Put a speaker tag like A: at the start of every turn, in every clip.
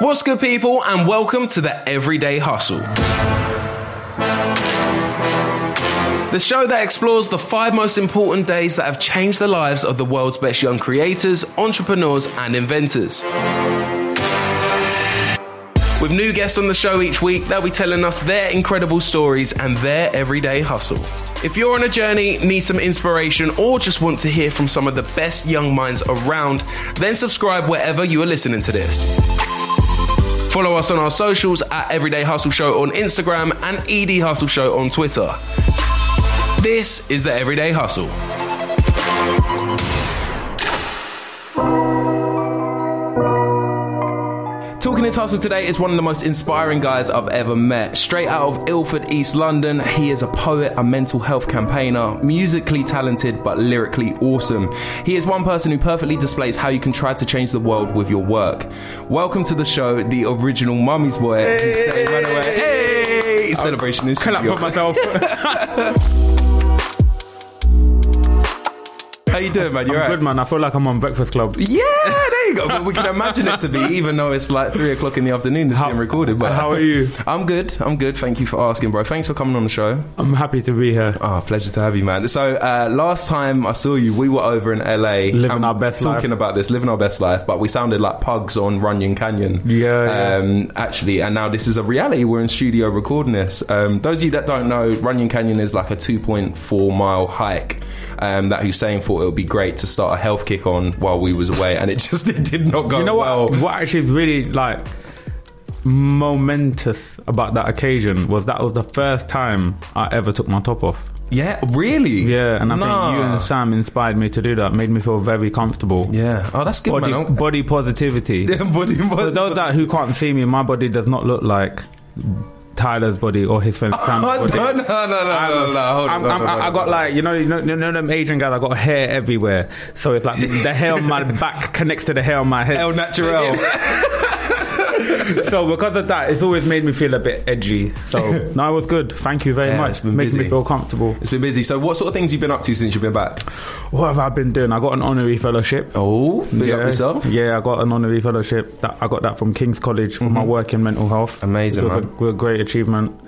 A: What's good, people, and welcome to the Everyday Hustle. The show that explores the five most important days that have changed the lives of the world's best young creators, entrepreneurs, and inventors. With new guests on the show each week, they'll be telling us their incredible stories and their everyday hustle. If you're on a journey, need some inspiration, or just want to hear from some of the best young minds around, then subscribe wherever you are listening to this. Follow us on our socials at Everyday Hustle Show on Instagram and ED Hustle Show on Twitter. This is the Everyday Hustle. Talking his hustle today is one of the most inspiring guys I've ever met. Straight out of Ilford, East London, he is a poet, a mental health campaigner, musically talented but lyrically awesome. He is one person who perfectly displays how you can try to change the world with your work. Welcome to the show, the original Mummy's Boy. Hussein Runaway. Hey! Celebration is
B: clap for
A: yours.
B: myself.
A: How you doing, man? You're
B: Good man, I feel like I'm on Breakfast Club.
A: Yeah, there you go. But we can imagine it to be, even though it's like three o'clock in the afternoon. It's
B: How-
A: being recorded. But
B: how are you?
A: I'm good. I'm good. Thank you for asking, bro. Thanks for coming on the show.
B: I'm happy to be here.
A: Ah, pleasure to have you, man. So uh, last time I saw you, we were over in LA,
B: Living
A: and
B: our best
A: talking
B: life.
A: about this, living our best life. But we sounded like pugs on Runyon Canyon.
B: Yeah, yeah.
A: Um, actually, and now this is a reality. We're in studio recording this. Um, those of you that don't know, Runyon Canyon is like a 2.4 mile hike. Um, that Hussein thought it would be great to start a health kick on while we was away, and it just it did not go
B: You know
A: well.
B: what? What actually is really like momentous about that occasion was that was the first time I ever took my top off.
A: Yeah, really.
B: Yeah, and I
A: Nah.
B: think you and Sam inspired me to do that. Made me feel very comfortable.
A: yeah. Oh, that's good,
B: Body,
A: man. Oh,
B: body positivity.
A: body,
B: For those that who can't see me, my body does not look like Tyler's body or his friend Sam's
A: Oh,
B: body.
A: no, no, no, no,
B: I'm-
A: no, no, hold on,
B: I'm-
A: hold on,
B: I'm-
A: hold
B: I I
A: on, hold
B: got
A: on.
B: like you know you know you know them Asian guys. I got hair everywhere, so it's like the hair on my back connects to the hair on my head.
A: El Natural.
B: so because of that, it's always made me feel a bit edgy. So no, it was good. Thank you very
A: Yeah,
B: much.
A: it's been
B: Making
A: busy.
B: me feel comfortable.
A: It's been busy. So, what sort of things you've been up to since you've been back?
B: What have I been doing? I got an honorary fellowship.
A: Oh, big
B: yeah.
A: up yourself.
B: Yeah, I got an honorary fellowship. That I got that from King's College for my work in mental health.
A: Mm-hmm. Amazing,
B: it was
A: man.
B: A, was a great achievement.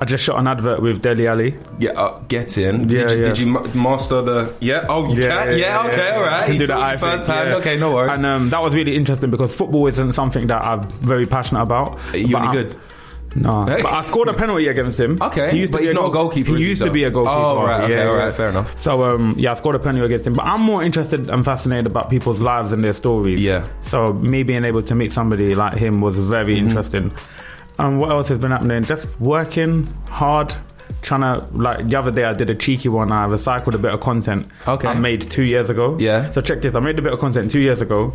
B: I just shot an advert with Deli Ali.
A: Yeah, uh, get in.
B: Yeah,
A: did, you,
B: yeah.
A: did you ma- master the? Yeah. Oh, you can. Yeah. okay. All right.
B: Can
A: You
B: do that
A: taught
B: eye
A: me first
B: thing,
A: hand.
B: yeah.
A: Okay. No worries.
B: And um, that was really interesting because football isn't something that I'm very passionate about.
A: you
B: But
A: any
B: I-
A: good?
B: No, but I scored a penalty against him.
A: Okay,
B: he used
A: but
B: to be
A: he's not a
B: goal-
A: goalkeeper, is
B: He
A: he,
B: used
A: so?
B: to be a goalkeeper.
A: Oh, right, okay,
B: yeah,
A: all right,
B: yeah.
A: fair enough.
B: So um, yeah, I scored a penalty against him. But I'm more interested and fascinated about people's lives and their stories.
A: Yeah.
B: So me being able to meet somebody like him was very
A: Mm-hmm.
B: interesting. And what else has been happening? Just working hard. Trying to like the other day, I did a cheeky one. I recycled a bit of content
A: Okay.
B: I made two years ago.
A: Yeah.
B: So check this. I made a bit of content two years ago.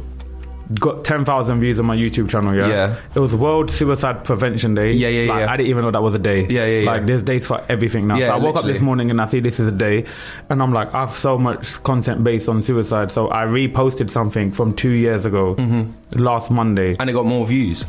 B: Got ten thousand views on my YouTube channel. Yeah.
A: Yeah.
B: It was World Suicide Prevention Day.
A: Yeah, yeah,
B: Like,
A: yeah.
B: I didn't even know that was a day.
A: Yeah, yeah,
B: Like
A: yeah.
B: there's days for everything now.
A: Yeah,
B: so I woke up
A: literally.
B: this morning and I see this is a day, and I'm like, I've so much content based on suicide. So I reposted something from two years ago,
A: Mm-hmm.
B: last Monday.
A: And it got more views.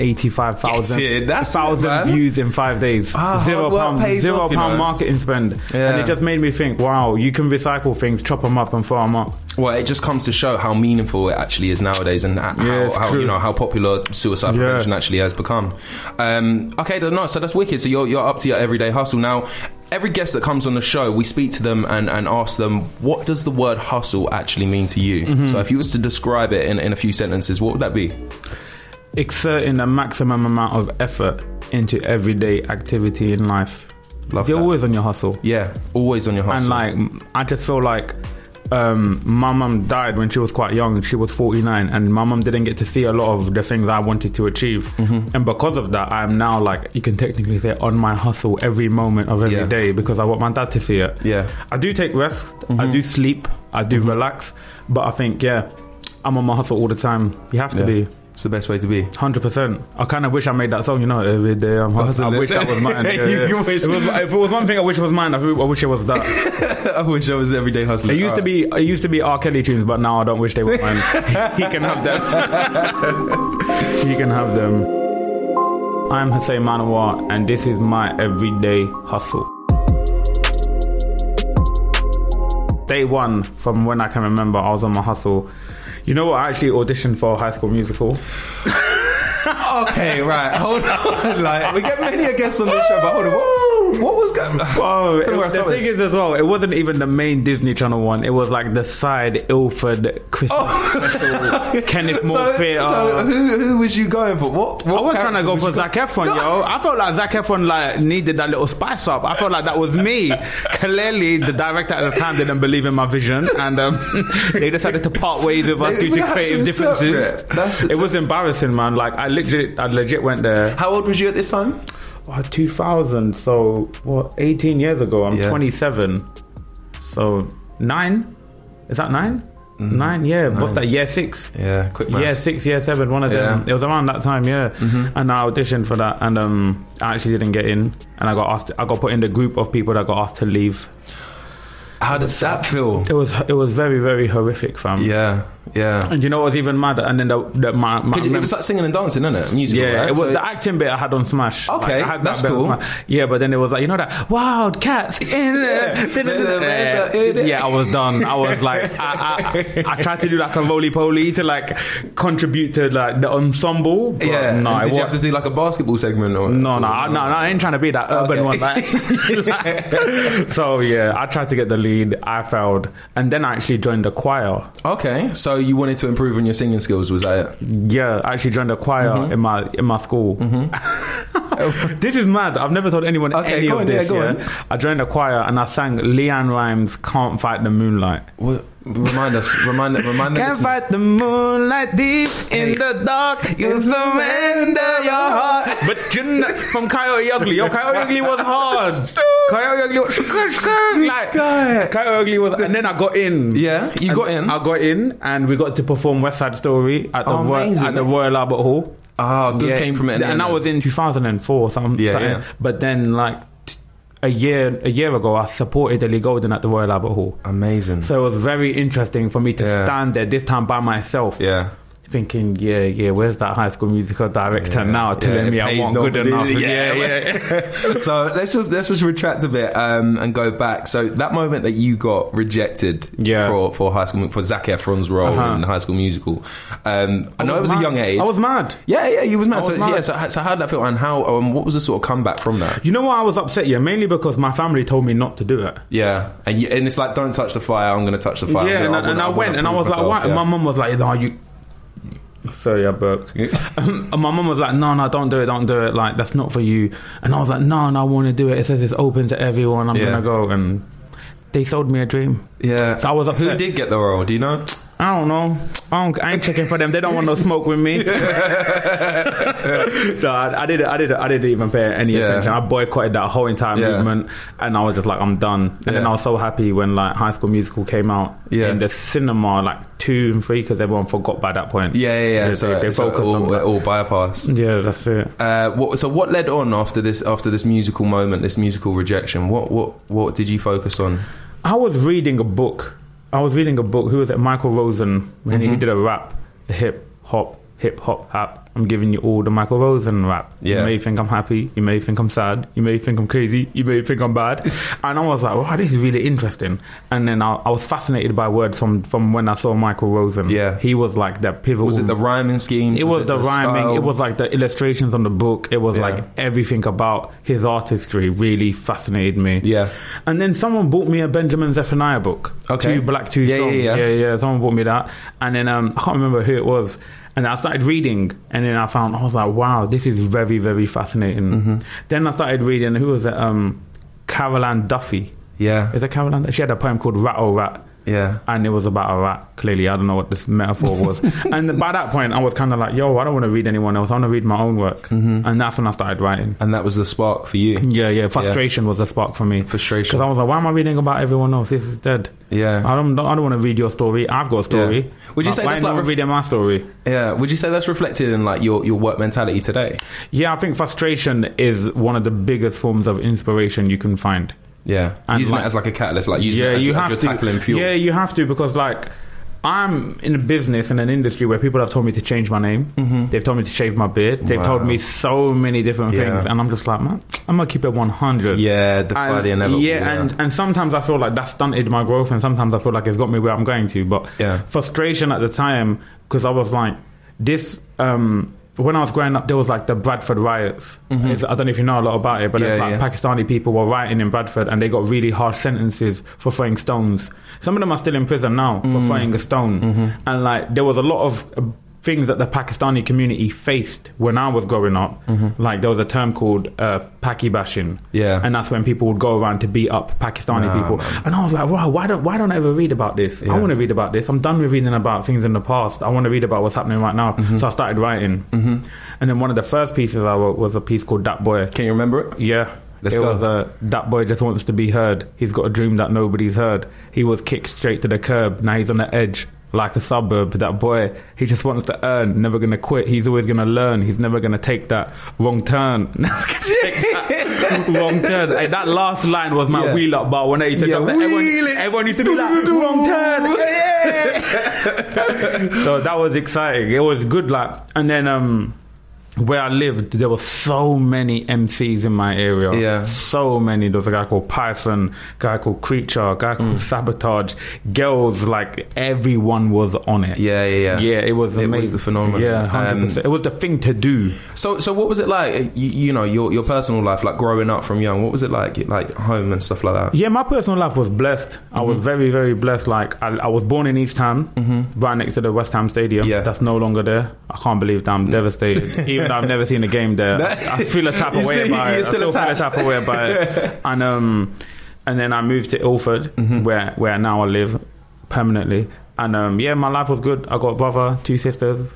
B: 185,000
A: Get it. That's it, man.
B: thousand views in five days.
A: Ah,
B: zero
A: hard work
B: pound,
A: pays
B: zero
A: off, you
B: pound
A: know.
B: marketing spend,
A: Yeah.
B: and it just made me think, wow, you can recycle things, chop them up, and throw them up.
A: Well, it just comes to show how meaningful it actually is nowadays, and how,
B: Yeah, it's
A: how
B: true.
A: you know how popular suicide
B: Yeah.
A: prevention actually has become. Um, okay, then, no, so that's wicked. So you're you're up to your everyday hustle now. Every guest that comes on the show, we speak to them and, and ask them what does the word hustle actually mean to you.
B: Mm-hmm.
A: So if you was to describe it in, in a few sentences, what would that be?
B: exerting the maximum amount of effort into everyday activity in life.
A: Love
B: You're
A: that.
B: always on your hustle.
A: Yeah, always on your hustle.
B: And like, I just feel like um, my mum died when she was quite young. She was 49, and my mum didn't get to see a lot of the things I wanted to achieve.
A: Mm-hmm.
B: And because of that, I'm now like, you can technically say, on my hustle every moment of every day
A: Yeah.
B: because I want my dad to see it.
A: Yeah. Mm-hmm.
B: I do take rest, I do sleep, I do relax, but I think, yeah, I'm on my hustle all the time. You have to
A: Yeah.
B: be.
A: It's the best way to be.
B: Hundred percent. I kind of wish I made that song. You know, every day I'm
A: Wasn't
B: hustling. I
A: it?
B: wish that was mine. Yeah,
A: You
B: yeah.
A: wish-
B: It was- if it was one thing, I wish it was mine. I w- I wish it was that.
A: I wish I was everyday hustler.
B: It used to be. It used to be R. Kelly tunes, but now I don't wish they were mine. he can have them. he can have them. I'm Hussein Manawar, and this is my everyday hustle. Day one, from when I can remember, I was on my hustle. You know what? I actually auditioned for High School Musical.
A: Okay, right. Hold on. Like we get many guests on this show, but hold on. What, what was going?
B: Oh,
A: Don't worry, I
B: it,
A: saw
B: the
A: this.
B: thing is as well, it wasn't even the main Disney Channel one. It was like the side Ilford Christmas special, Kenneth Moore
A: so,
B: Theatre.
A: so who, who was you going for? What? what
B: uh, I was trying to
A: character
B: go
A: was
B: for
A: you
B: Zac Efron, yo. I felt like Zac Efron like needed that little spice up. I felt like that was me. Clearly, the director at the time didn't believe in my vision, and um, they decided to part ways with us
A: They
B: due
A: even
B: to
A: had to
B: creative differences.
A: interpret. That's-
B: it was embarrassing, man. Like I legit, I legit went there.
A: How old was you at this time?
B: Oh, 2000, so what, 18 years ago? I'm
A: Yeah.
B: 27. So, nine? Is that nine? Nine, yeah. What's that, year six?
A: Mm-hmm. Yeah, quick maths.
B: Year six, year seven, one of them.
A: Yeah. Mm-hmm.
B: It was around that time, yeah. And I auditioned for that, and um, I actually didn't get in. And I got asked, I got put in the group of people that got asked to leave.
A: How did that feel?
B: It was, it was very, very horrific, fam.
A: Yeah, yeah.
B: And you know what was even madder? And then the, the, my, my
A: Could you- it was like singing and dancing, isn't it? Musical,
B: Yeah,
A: right?
B: it was
A: So-
B: the acting bit I had on Smash.
A: Okay,
B: I had
A: that's
B: bit on
A: cool.
B: Smash. Yeah, but then it was like you know that wild cats in
A: Yeah.
B: there. Yeah, I was done. I was like, I, I, I tried to do like a roly poly to like contribute to like the ensemble. But
A: yeah.
B: no,
A: And
B: it
A: did you have
B: was.
A: to do like a basketball segment or
B: No, no, I- no, no, I ain't trying to be that urban
A: Okay.
B: one. Like, like- so yeah, I tried to get the lead. I failed, and then I actually joined the choir.
A: Okay, so you wanted to improve on your singing skills, was that it?
B: Yeah, I actually joined a choir in my in my school. Mm-hmm. this is mad. I've never told anyone
A: Okay,
B: any
A: go
B: of
A: on,
B: this.
A: yeah, go
B: yeah? I joined a choir and I sang Leanne Rhymes "Can't Fight the Moonlight."
A: What, remind us, remind, remind the
B: Can't
A: listeners.
B: fight the moonlight deep in the dark. You surrender your heart. But you know, from Coyote Ugly, yo, Coyote Ugly was hard. Coyote Ugly was shkr, shkr,
A: guy.
B: like Coyote Ugly was, and then I got in.
A: Yeah, you
B: And
A: got in?
B: I got in, and we got to perform West Side Story at the
A: Oh,
B: Ro-
A: amazing.
B: at the Royal Albert Hall.
A: Ah, good came from it. in
B: And,
A: the end
B: that
A: then.
B: was in 2004 or something.
A: Yeah, yeah.
B: But then, like, t- a year a year ago, I supported Ellie Golden at the Royal Albert Hall.
A: amazing.
B: So it was very interesting for me to
A: Yeah.
B: stand there this time by myself.
A: yeah.
B: Thinking, yeah, yeah, where's that high school musical director now telling
A: it
B: me I
A: pays
B: wasn't
A: no-
B: good enough?
A: Yeah, so let's just let's just retract a bit um, and go back. So that moment that you got rejected
B: Yeah.
A: for for high school for Zac Efron's role
B: Uh-huh. Oh,
A: in High School Musical. Um, I know it was a
B: mad.
A: young age.
B: I was mad.
A: Yeah, yeah, you was mad.
B: was
A: so
B: mad.
A: yeah, so, so how did that feel, and how um, what was the sort of comeback from that?
B: You know why I was upset? Yeah, mainly because my family told me not to do it.
A: Yeah, and you, and it's like don't touch the fire. I'm going to touch the fire.
B: yeah,
A: I'm
B: and,
A: gonna-
B: I,
A: I'm
B: and
A: gonna-
B: I
A: I'm
B: went
A: gonna
B: and I
A: prove
B: was like,
A: myself.
B: "Why?"
A: Yeah.
B: My mum was like, "No, you." Sorry, I burped. Um, and my mum was like, "No, no, don't do it, don't do it. Like that's not for you." And I was like, "No, no, I want to do it. It says it's open to everyone. I'm
A: Yeah.
B: gonna go." And they sold me a dream.
A: Yeah,
B: So I was
A: Who
B: upset.
A: did get the role? Do you know?
B: I don't know. I, don't, I ain't checking for them. They don't want no smoke with me. no, I, I didn't. I didn't. I didn't even pay any
A: Yeah.
B: attention. I boycotted that whole entire
A: Yeah.
B: movement, and I was just like, I'm done. And then
A: Yeah.
B: I was so happy when like High School Musical came out
A: Yeah.
B: in the cinema, like two and three, because everyone forgot by that point.
A: Yeah, yeah, yeah. so
B: they, they
A: so it
B: focused on
A: all, it
B: that.
A: all bypassed.
B: Yeah, that's it.
A: Uh, what, so what led on after this after this musical moment, this musical rejection? What what what did you focus on?
B: I was reading a book. I was reading a book. Who was it? Michael Rosen. And
A: Mm-hmm.
B: he did a rap, a hip hop, hip hop rap. I'm giving you all the Michael Rosen rap.
A: Yeah.
B: You may think I'm happy. You may think I'm sad. You may think I'm crazy. You may think I'm bad. and I was like, wow, this is really interesting. And then I, I was fascinated by words from, from when I saw Michael Rosen.
A: Yeah.
B: He was like that pivotal.
A: Was it the rhyming scheme?
B: It was, the, rhyming. It was like the illustrations on the book. It was
A: Yeah.
B: like everything about his artistry really fascinated me.
A: Yeah.
B: And then someone bought me a Benjamin Zephaniah book.
A: Okay.
B: Two black, two
A: Yeah,
B: strong.
A: yeah, yeah.
B: Someone bought me that, and then um, I can't remember who it was. And I started reading, and then I found I was like, wow, this is very, very fascinating.
A: Mm-hmm.
B: Then I started reading. Who was it? Um, Caroline Duffy.
A: yeah,
B: Is it Caroline? She had a poem called Rattle Rat.
C: Yeah.
B: and it was about a rat. Clearly, I don't know what this metaphor was. and by that point, I was kind of like, yo, I don't want to read anyone else. I want to read my own work.
C: Mm-hmm.
B: And that's when I started writing.
C: And that was the spark for you.
B: Yeah, yeah. Frustration was the spark for me.
C: Frustration.
B: Because I was like, why am I reading about everyone else? This is dead.
C: Yeah.
B: I don't. I don't want to read your story. I've got a story.
C: Yeah. Would you
B: Like,
C: say
B: why
C: that's
B: no
C: like
B: one
C: ref-
B: reading my story?
C: Yeah. Would you say that's reflected in like your, your work mentality today?
B: Yeah, I think frustration is one of the biggest forms of inspiration you can find.
C: Yeah.
B: And
C: using
B: like-
C: it as like a catalyst, like using
B: yeah,
C: it as,
B: you
C: your- as
B: have
C: your
B: to.
C: tackling fuel.
B: Yeah, you have to because like I'm in a business in an industry where people have told me to change my name. They've told me to shave my beard. They've told
C: Mm-hmm. Wow.
B: me so many different
C: Yeah.
B: things, and I'm just like, man, I'm gonna keep it 100.
C: Yeah, defy the inevitable,
B: Yeah,
C: yeah.
B: and and sometimes I feel like that stunted my growth, and sometimes I feel like it's got me where I'm going to. But
C: Yeah.
B: frustration at the time because I was like, this. um when I was growing up, there was like the Bradford riots. It's- I don't know if you know a lot about it, but it's
C: Mm-hmm. Yeah,
B: like
C: yeah.
B: Pakistani people were rioting in Bradford and they got really harsh sentences for throwing stones. Some of them are still in prison now
C: Mm.
B: for throwing a stone.
C: Mm-hmm.
B: And like there was a lot of uh, things that the Pakistani community faced when I was growing up. Like there was a term called uh, Paki bashing.
C: Mm-hmm. Yeah.
B: And that's when people would go around to beat up Pakistani
C: Nah,
B: people.
C: man.
B: And I was like, wow, why don't why don't I ever read about this? I want to read about this. I'm done with reading about things in the past. I want to read about what's happening right now.
C: Mm-hmm.
B: So I started writing. And then one of the first pieces I wrote was a piece called That Boy.
C: Can you remember it?
B: Yeah.
C: Let's
B: it
C: go.
B: was uh, that boy just wants to be heard. He's got a dream that nobody's heard. He was kicked straight to the curb. Now he's on the edge, like a suburb. That boy, he just wants to earn. Never gonna quit. He's always gonna learn. He's never gonna take that wrong turn. Never gonna take that wrong turn. Hey, that last line was my
C: Yeah.
B: wheel up bar. When I used to
C: Yeah,
B: drop that,
C: wheel
B: everyone,
C: it.
B: everyone used to do that wrong turn. so that was exciting. It was good. Like, and then um, where I lived, there were so many MCs in my area.
C: Yeah.
B: so many. There was a guy called Python, guy called Creature, guy
C: Mm.
B: called Sabotage. Girls, like everyone was on it.
C: Yeah, yeah, yeah.
B: yeah. It was
C: It was
B: amazing.
C: the phenomenon. Um,
B: Yeah, hundred percent. It was the thing to do.
C: So, so what was it like? uh, You, you know, your your personal life, like growing up from young. What was it like, like home and stuff like that?
B: Yeah, my personal life was blessed. I
C: Mm-hmm.
B: was very, very blessed. Like I, I was born in East Ham, right next to the West Ham Stadium.
C: Yeah. Mm.
B: that's no longer there. I can't believe that I'm devastated. Even though I've never seen a game there, I feel a type
C: You
B: of way
C: still-
B: about
C: you're
B: it.
C: still
B: I still feel a
C: attached.
B: type of way about it. And um, and then I moved to Ilford,
C: Mm-hmm.
B: where where now I live permanently. And um, yeah, my life was good. I got a brother, two sisters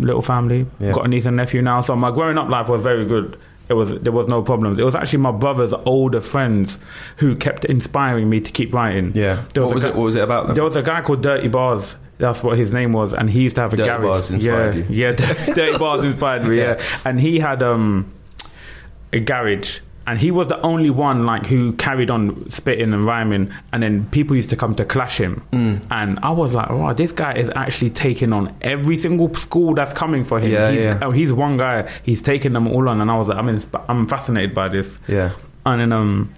B: little family.
C: Yeah.
B: Got a niece and nephew now. So my growing up life was very good. It was there was no problems. It was actually my brother's older friends who kept inspiring me to keep writing.
C: Yeah.
B: There
C: What was
B: a
C: it- what was it about them?
B: There was a guy called Dirty Bars. That's what his name was, and he used to have a
C: Dirty
B: garage.
C: Bars inspired
B: yeah,
C: you.
B: yeah, Dirty Bars inspired me. Yeah. and he had um a garage. And he was the only one like who carried on spitting and rhyming, and then people used to come to clash him.
C: Mm.
B: And I was like, "Wow, this guy is actually taking on every single school that's coming for him.
C: Yeah,
B: he's,
C: yeah.
B: oh, he's one guy. He's taking them all on." And I was like, "I'm insp- I'm fascinated by this."
C: Yeah.
B: And then um,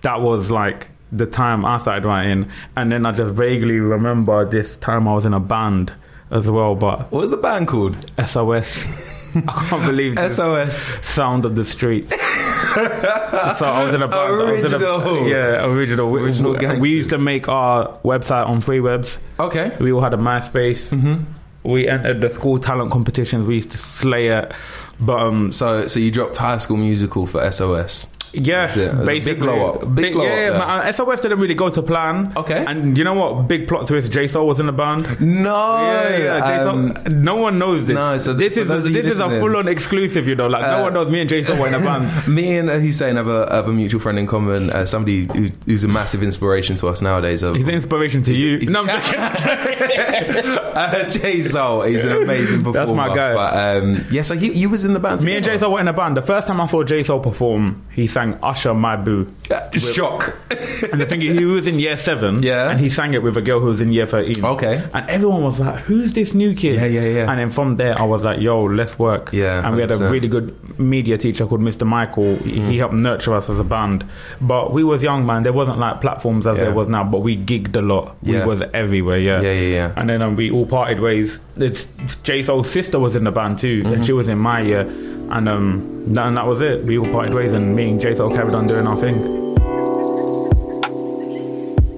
B: that was like the time I started writing, and then I just vaguely remember this time I was in a band as well, but
C: What was the band called?
B: SOS. I can't believe this
C: SOS.
B: sound of the street. so I was in a band. I was in a-
C: Original.
B: yeah, original. We-
C: Original
B: we, we used to
C: gangsters.
B: make our website on free webs.
C: Okay.
B: We all had a MySpace.
C: Mm-hmm.
B: We entered the school talent competitions. We used to slay it. But um,
C: So, so you dropped High School Musical for SOS.
B: yeah,
C: That's it. Big
B: basically,
C: blow up. Big blow up
B: yeah,
C: there.
B: man, SOS didn't really go to plan.
C: Okay.
B: and you know what? Big plot twist: J Soul was in the band.
C: No.
B: Yeah, yeah.
C: Um,
B: Jay-Z- no one knows this.
C: no, so
B: this
C: for
B: is
C: those of you
B: this is a
C: listening-
B: full on exclusive, you know. Like
C: Uh,
B: no one knows me and Jay Z were in a band.
C: Me and Hussein have a, have a mutual friend in common, uh, somebody who, who's a massive inspiration to us nowadays. Uh,
B: He's an inspiration to you.
C: he's-
B: no, I'm joking.
C: uh, Jay Zol, he's an amazing performer.
B: That's my guy.
C: But, um, yeah, so you, you was in the band.
B: me and Jay Z were in a band. The first time I saw Jay Z perform, he sang "Usher My Boo,"
C: Uh, shock.
B: and the thing is, he was in year seven.
C: Yeah.
B: and he sang it with a girl who was in year thirteen.
C: Okay.
B: and everyone was like, "Who's this new kid?"
C: Yeah, yeah, yeah.
B: And then from there, I was like, "Yo, let's work."
C: Yeah,
B: and we had a
C: 100%.
B: really good media teacher called Mr. Michael. He-
C: Mm-hmm.
B: He helped nurture us as a band, but we was young, man. There wasn't like platforms as
C: Yeah.
B: there was now, but we gigged a lot.
C: Yeah.
B: We was everywhere. Yeah,
C: Yeah, yeah, yeah.
B: and then um, we all parted ways. It's Jay Soul's sister was in the band too,
C: Mm-hmm.
B: and she was in my year, and um, that, and that was it. We all parted ways, and me and Jay Soul carried on doing our thing.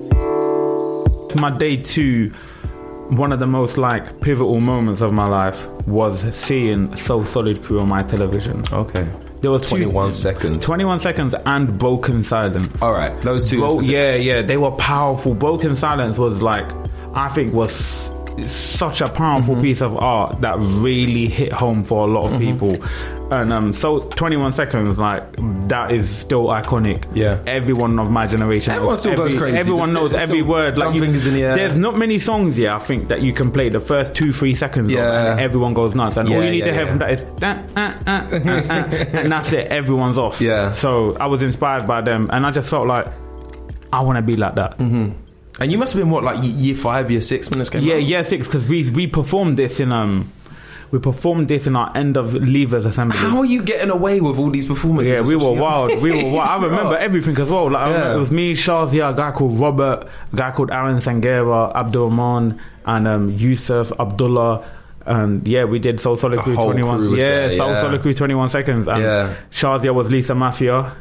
B: To my day two, one of the most like pivotal moments of my life was seeing Soul Solid Crew on my television.
C: Okay.
B: There was two-
A: 21 Oh, seconds.
B: 21 seconds and broken silence.
A: All right, those two. in
B: Bro-
A: specific.
B: yeah, yeah, they were powerful. Broken Silence was like, I think was such a powerful
A: Mm-hmm.
B: piece of art that really hit home for a lot of people. And um, so 21 seconds, like that is still iconic.
A: Yeah.
B: everyone of my generation,
A: Everyone still goes crazy.
B: Everyone
A: They're
B: knows
A: still-
B: every
A: they're still
B: word. Like
A: thumb fingers in the air.
B: There's not many songs, yeah. I think that you can play the first two, three seconds, yeah.
A: Yeah.
B: and everyone goes nuts. And all
A: Yeah,
B: you need
A: yeah,
B: to hear
A: yeah.
B: from that is, "Da, ah, ah, ah, ah," and that's it. Everyone's off.
A: Yeah.
B: So I was inspired by them, and I just felt like I want to be like that.
A: Mm-hmm. And you must have been what, like y- year five, year six when this came
B: Yeah,
A: out?
B: year six because we we performed this in um we performed this in our end of leavers assembly.
A: How are you getting away with all these performances?
B: yeah,
A: at such
B: we
A: a
B: were
A: young-
B: wild. We were wild. I remember everything as well. Like I remember
A: Yeah.
B: it was me, Shazia, a guy called Robert, a guy called Aaron Sangera, Abdul Rahman, and um, Yusuf Abdullah. And yeah, we did Soul Solid Crew
A: whole
B: 21.
A: crew was
B: yeah,
A: there,
B: Soul
A: yeah.
B: Solid Crew 21 seconds. And
A: Yeah.
B: Shazia was Lisa Mafia.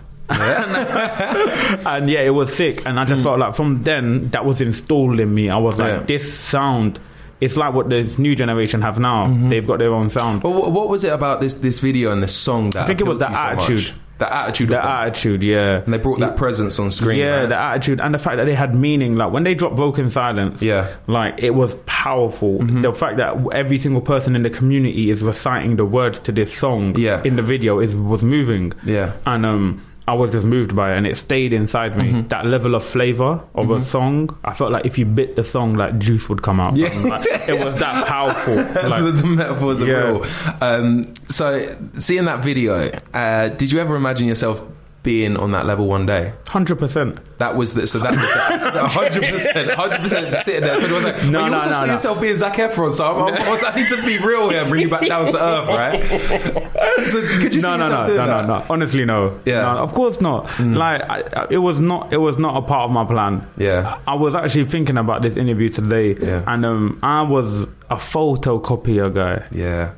B: and yeah, it was sick. And I just felt like from then that was installed in me. I was like,
A: Hmm. Yeah.
B: this sound. It's like what this new generation have now.
A: Mm-hmm.
B: They've got their own sound.
A: But what, what was it about this this video and this song that I
B: think it was the attitude.
A: the attitude,
B: The
A: of them?
B: attitude, yeah.
A: and they brought that presence on screen.
B: Yeah,
A: right?
B: the attitude and the fact that they had meaning. Like when they dropped Broken Silence,
A: Yeah. Mm-hmm.
B: like it was powerful. The fact that every single person in the community is reciting the words to this song
A: Yeah.
B: in the video is was moving.
A: Yeah.
B: and um. I was just moved by it and it stayed inside me.
A: Mm-hmm.
B: That level of flavor of a song, I felt like if you bit the song, like juice would come out.
A: Yeah.
B: Like, it was that powerful.
A: the,
B: Like,
A: the metaphors are
B: Yeah.
A: real. Um, so, seeing that video, uh, did you ever imagine yourself being on that level one day?
B: 100%.
A: That was the, so that was hundred percent, hundred percent sitting there. 21 seconds.
B: No,
A: but you
B: no,
A: also
B: no,
A: see
B: no.
A: yourself being Zac Efron, so I'm, I'm, also- I need to be real here and bring you back down to earth, right? So could you see
B: no, no,
A: yourself
B: no,
A: doing
B: no,
A: that?
B: no, no. Honestly, no.
A: Yeah. Hmm.
B: No, of course not. Like I, I- it was not. It was not a part of my plan.
A: Yeah.
B: I, I was actually thinking about this interview today,
A: Yeah.
B: and um, I was a photocopier guy
A: Yeah,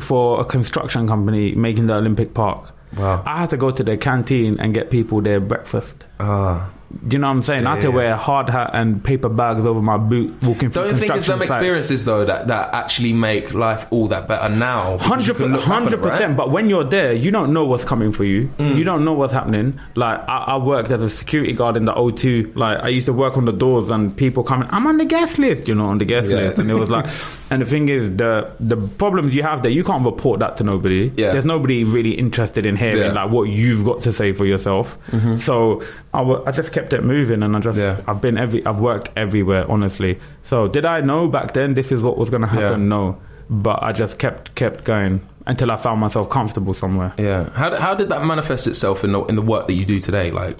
B: for a construction company making the Olympic Park.
A: Wow.
B: I had to go to the canteen and get people their breakfast.
A: ah.
B: Do you know what I'm saying? I had to
A: Yeah, yeah.
B: wear a hard hat and paper bags over my boot walking through
A: Don't you think it's them
B: construction sites.
A: experiences though that, that actually make life all that better now. because you
B: Hundred
A: can look back on it, right?
B: percent. But when you're there, you don't know what's coming for you.
A: Mm.
B: You don't know what's happening. Like I, I worked as a security guard in the O2. Like I used to work on the doors, and people coming. I'm on the guest list, you know, on the guest
A: Yeah.
B: list. And it was like, and the thing is, the the problems you have there, you can't report that to nobody.
A: Yeah.
B: There's nobody really interested in hearing
A: Yeah. Mm-hmm.
B: like what you've got to say for yourself. So I, w- I just kept it moving, and I just
A: Yeah.
B: I've been every I've worked everywhere, honestly. So did I know back then this is what was going to happen?
A: Yeah.
B: No, but I just kept kept going until I found myself comfortable somewhere.
A: Yeah. How, d- how did that manifest itself in the in the work that you do today? Like,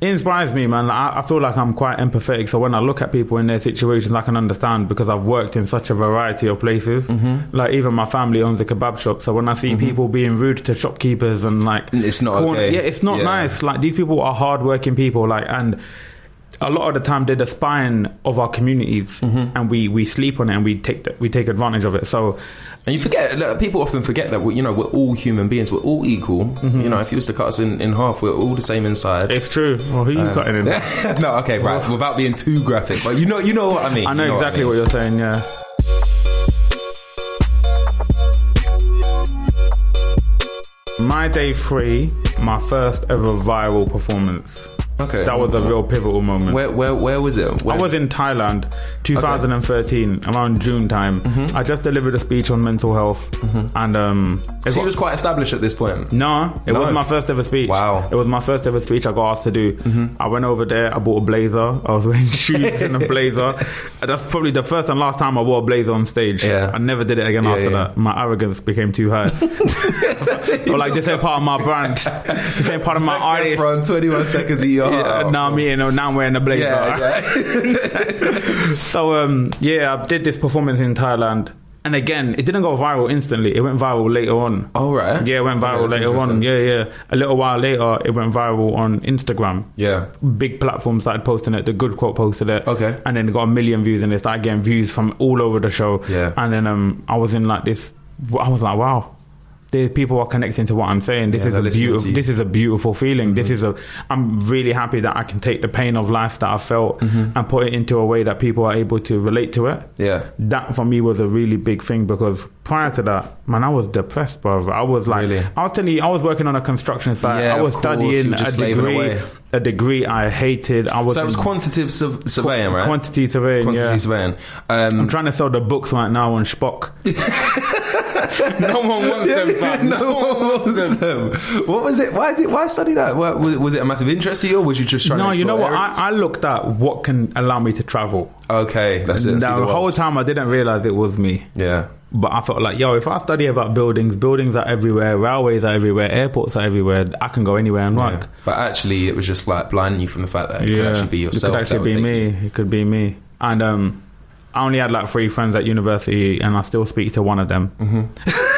B: It inspires me, man. Like, I, I feel like I'm quite empathetic, so when I look at people in their situations, I can understand because I've worked in such a variety of places.
A: Mm-hmm.
B: Like even my family owns a kebab shop, so when I see people being rude to shopkeepers and like
A: It's not okay.
B: yeah, it's not
A: Yeah.
B: nice. Like these people are hardworking people, like and. A lot of the time, they're the spine of our communities,
A: Mm-hmm.
B: and we, we sleep on it and we take the, we take advantage of it. So,
A: and you forget look, people often forget that we, you know we're all human beings. We're all equal.
B: Mm-hmm.
A: You know, if you was to cut us in, in half, we're all the same inside.
B: It's true. Well, who you
A: Uh,
B: cutting in?
A: no, okay, right. Without being too graphic, but you know, you know what I mean.
B: I know
A: You what I
B: exactly
A: mean.
B: what, you're saying. Yeah. My day three, my first ever viral performance.
A: Okay,
B: That was a real pivotal moment.
A: Where where where was it? Where,
B: I was in Thailand, 2013, around June time. I just delivered a speech on mental health, and um, it's
A: So
B: what-
A: you was quite established at this point.
B: no, it
A: No.
B: was my first ever speech.
A: Wow. Mm-hmm.
B: It was my first ever speech I got asked to do. I went over there, I bought a blazer. I was wearing shoes and a blazer. That's probably the first and last time I wore a blazer on stage.
A: Yeah.
B: I never did it again after
A: yeah.
B: that. My arrogance became too high. but like, this ain't part of my brand. This ain't part of my
A: Zac
B: artist.
A: Efron, 21 seconds of your
B: Yeah, now I'm eating, now I'm wearing a blazer.
A: Yeah, yeah.
B: So um, yeah, I did this performance in Thailand, and again, it didn't go viral instantly. It went viral later on.
A: All right.
B: Yeah, it went
A: Okay,
B: viral
A: that's
B: later
A: interesting.
B: on. Yeah, yeah. A little while later, it went viral on Instagram.
A: yeah.
B: Big platforms started posting it. The Good Quote posted it.
A: Okay.
B: And then it got a million views, and it started getting views from all over the show.
A: Yeah.
B: And then um, I was in like this. I was like, wow. there's people are connecting to what I'm saying. This
A: Yeah,
B: is
A: they're
B: a
A: listening to
B: beautiful.
A: you. Mm-hmm.
B: This is a beautiful feeling. This is a. I'm really happy that I can take the pain of life that I felt and put it into a way that people are able to relate to it.
A: Mm-hmm. Yeah.
B: that for me was a really big thing because prior to that, man, I was depressed, bro. I was like,
A: Really?
B: I was telling you, I was working on a construction site.
A: Yeah,
B: I
A: of
B: was
A: course, you
B: studying
A: were
B: a
A: just slaving
B: degree,
A: away.
B: a degree I hated. I was
A: So it was
B: in
A: quantitative surv- surveying, right?
B: quantity surveying.
A: Quantity
B: yeah.
A: surveying. Um,
B: I'm trying to sell the books right now on Spock. no one wants them, fam.
A: no one wants them. What was it? Why did why study that? Why, was, was it a massive interest to you, or was you just trying?
B: No,
A: to
B: you know
A: explore
B: what? I,
A: areas?
B: I looked at what can allow me to travel.
A: okay, that's it.
B: The,
A: See the
B: whole
A: world.
B: time I didn't realize it was me.
A: yeah,
B: But I felt like, yo, if I study about buildings, buildings are everywhere, railways are everywhere, airports are everywhere. I can go anywhere and work.
A: yeah. But actually, it was just like blinding you from the fact that it could actually be yourself.
B: It could
A: that would
B: actually be
A: take
B: me.
A: you-
B: It could be me. And um, I only had like three friends at university, and I still speak to one of them.
A: Mm-hmm.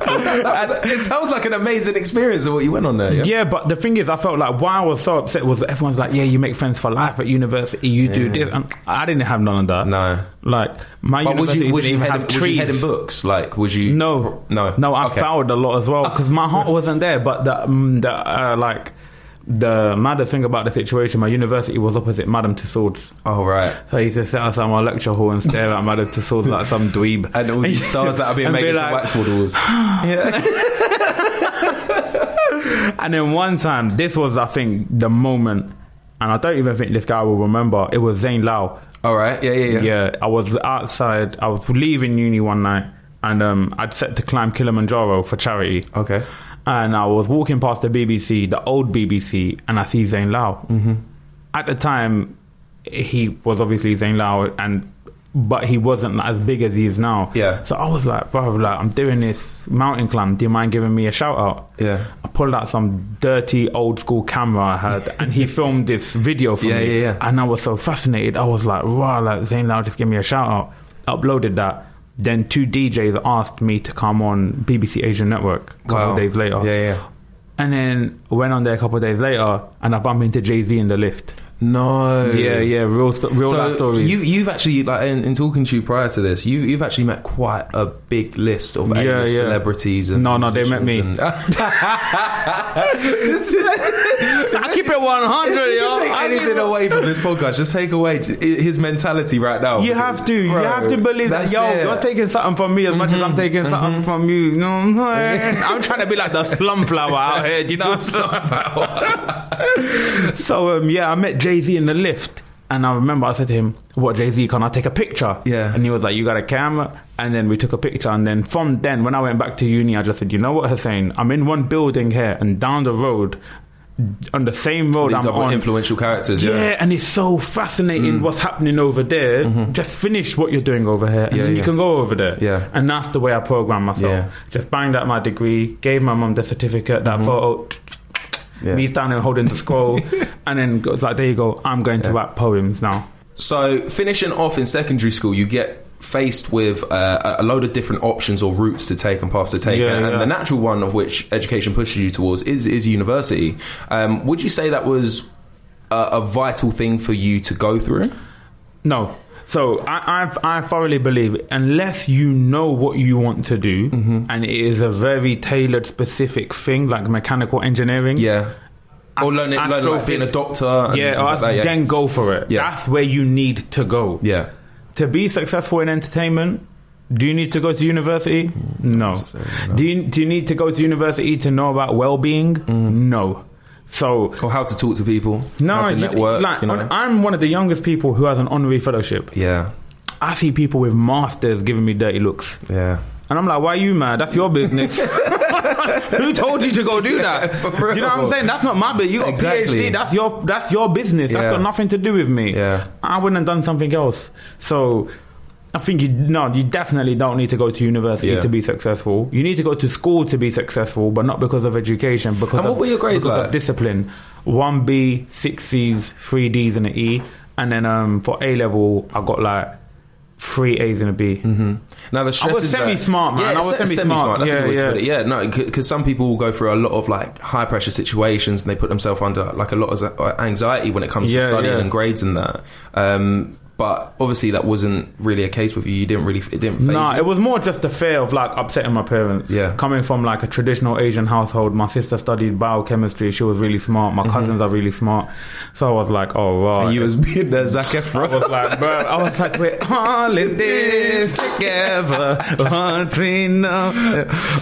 A: That was- it sounds like an amazing experience of what you went on there. Yeah.
B: Yeah, but the thing is, I felt like why I was so upset was that everyone's like, "Yeah, you make friends for life at university. You do this." And I didn't have none of that.
A: No.
B: like my
A: But was
B: university
A: you was
B: didn't
A: you,
B: even
A: head,
B: have
A: was
B: trees.
A: you head in books? Like, was you?
B: No,
A: no,
B: no. I
A: Okay.
B: fouled a lot as well because my heart wasn't there. But the, um, the uh, like the maddest thing about the situation, my university was opposite Madame Tussauds.
A: Oh right.
B: So I used to sit outside my lecture hall and stare at Madame Tussauds like some dweeb.
A: And all these
B: used
A: stars
B: to-
A: that are being
B: and
A: made
B: be
A: into
B: like-
A: wax models.
B: And then one time, this was, I think, the moment, and I don't even think this guy will remember. It was Zane Lau.
A: All right. Yeah, yeah, yeah.
B: Yeah. I was outside. I was leaving uni one night, and um, I'd set to climb Kilimanjaro for charity.
A: Okay.
B: And I was walking past the BBC, the old BBC, and I see Zane Lau. Mm-hmm. At the time, he was obviously Zane Lau, and but he wasn't as big as he is now.
A: Yeah.
B: So I was like, bro, like I'm doing this mountain climb. Do you mind giving me a shout out?
A: Yeah.
B: I pulled out some dirty old school camera I had, and he filmed this video for
A: Yeah,
B: me.
A: yeah, yeah.
B: And I was so fascinated. I was like, wow, like Zane Lau just give me a shout out. Uploaded that. Then two DJs asked me to come on BBC Asian Network a couple
A: Wow.
B: of days later.
A: Yeah, yeah.
B: And then went on there a couple of days later, and I bumped into Jay Z in the lift.
A: No.
B: Yeah, yeah, real, sto- real life stories.
A: Oh. You, you've actually like in, in talking to you prior to this, you, you've actually met quite a big list of
B: Yeah,
A: A-list
B: yeah.
A: celebrities. And
B: No, no, they met me.
A: musicians and- This is-
B: I keep it one
A: if
B: hundred,
A: you
B: yo.
A: take
B: I keep
A: anything
B: it-
A: away from this podcast, just take away j- his mentality right now.
B: You have to,
A: Bro,
B: you have to believe that,
A: that's
B: yo,
A: it. Mm-hmm.
B: you're taking something from me as much as I'm taking something from you. You know what I'm saying? I'm trying to be like the slum flower out here. Do you know? what I'm saying? so um, yeah, I met Jay Z in the lift, and I remember I said to him, "What Jay Z? Can I take a picture?"
A: Yeah.
B: and he was like, "You got a camera?" And then we took a picture, and then from then, when I went back to uni, I just said, "You know what, Hussein? I'm in one building here, and down the road." On the same road
A: These
B: I'm
A: other
B: on,
A: influential characters. Yeah. Mm.
B: yeah, and it's so fascinating what's happening over there. Just finish what you're doing over here, and
A: Mm-hmm. Yeah,
B: then you
A: yeah.
B: can go over there.
A: Yeah.
B: and that's the way I program myself.
A: Yeah. Mm-hmm.
B: Just banged out my degree, gave my mum the certificate, that photo.
A: Yeah.
B: Me standing there holding the scroll, and then it's like, there you go. I'm going to write poems now.
A: So finishing off in secondary school, you get faced with uh, a a load of different options or routes to take and paths to take,
B: Yeah,
A: and,
B: yeah.
A: the natural one of which education pushes you towards is is university. Um, would you say that was a, a vital thing for you to go through?
B: No. So I, I've, I thoroughly believe unless you know what you want to do,
A: Mm-hmm.
B: and it is a very tailored, specific thing like mechanical engineering.
A: Yeah, or
B: Ast-
A: learning, learning like being a
B: astrophysics.
A: doctor. And
B: yeah,
A: things
B: or
A: like
B: else
A: that, yeah.
B: then go for it.
A: Yeah.
B: That's where you need to go.
A: yeah,
B: To be successful in entertainment, do you need to go to
A: Mm,
B: university? No. Do you do you need to go to university to know about well being? No. So
A: or how to talk to people,
B: no,
A: Mm. how to
B: you-
A: network.
B: like,
A: you know?
B: on- I'm one of the youngest people who has an honorary fellowship.
A: yeah,
B: I see people with masters giving me dirty looks.
A: yeah.
B: And I'm like, why are you mad? That's your business. Who told you to go do that?
A: For
B: Do you know what I'm
A: real.
B: saying? That's not my bit. You got
A: Exactly.
B: PhD. That's your that's your business. That's
A: Yeah.
B: got nothing to do with me.
A: Yeah.
B: I wouldn't have done something else. So I think you no, you definitely don't need to go to university
A: Yeah.
B: to be successful. You need to go to school to be successful, but not because of education, because
A: And
B: of,
A: what were your grades
B: because
A: like?
B: of discipline. One B, six C's, three D's and an E. And then um, for A level I got like three A's and a B.
A: Mm-hmm. Now the stress
B: was
A: is that-
B: semi-smart, man.
A: Yeah,
B: I was
A: se-
B: semi-smart.
A: That's a
B: Yeah,
A: good way to
B: yeah.
A: put it. Yeah, no, because some people will go through a lot of like high pressure situations and they put themselves under like a lot of z- uh, anxiety when it comes to
B: Yeah,
A: studying
B: yeah.
A: and grades and that. Um, But obviously, that wasn't really a case with you. You didn't really. It didn't. Phase
B: No,
A: you.
B: it was more just the fear of like upsetting my parents.
A: Yeah.
B: Coming from like a traditional Asian household, my sister studied biochemistry. She was really smart. My cousins are really smart. So I was like, oh right.
A: Mm-hmm. And you was being the Zac
B: I was
A: Efron.
B: like, bro, I was like, we're all in this together. One dream now.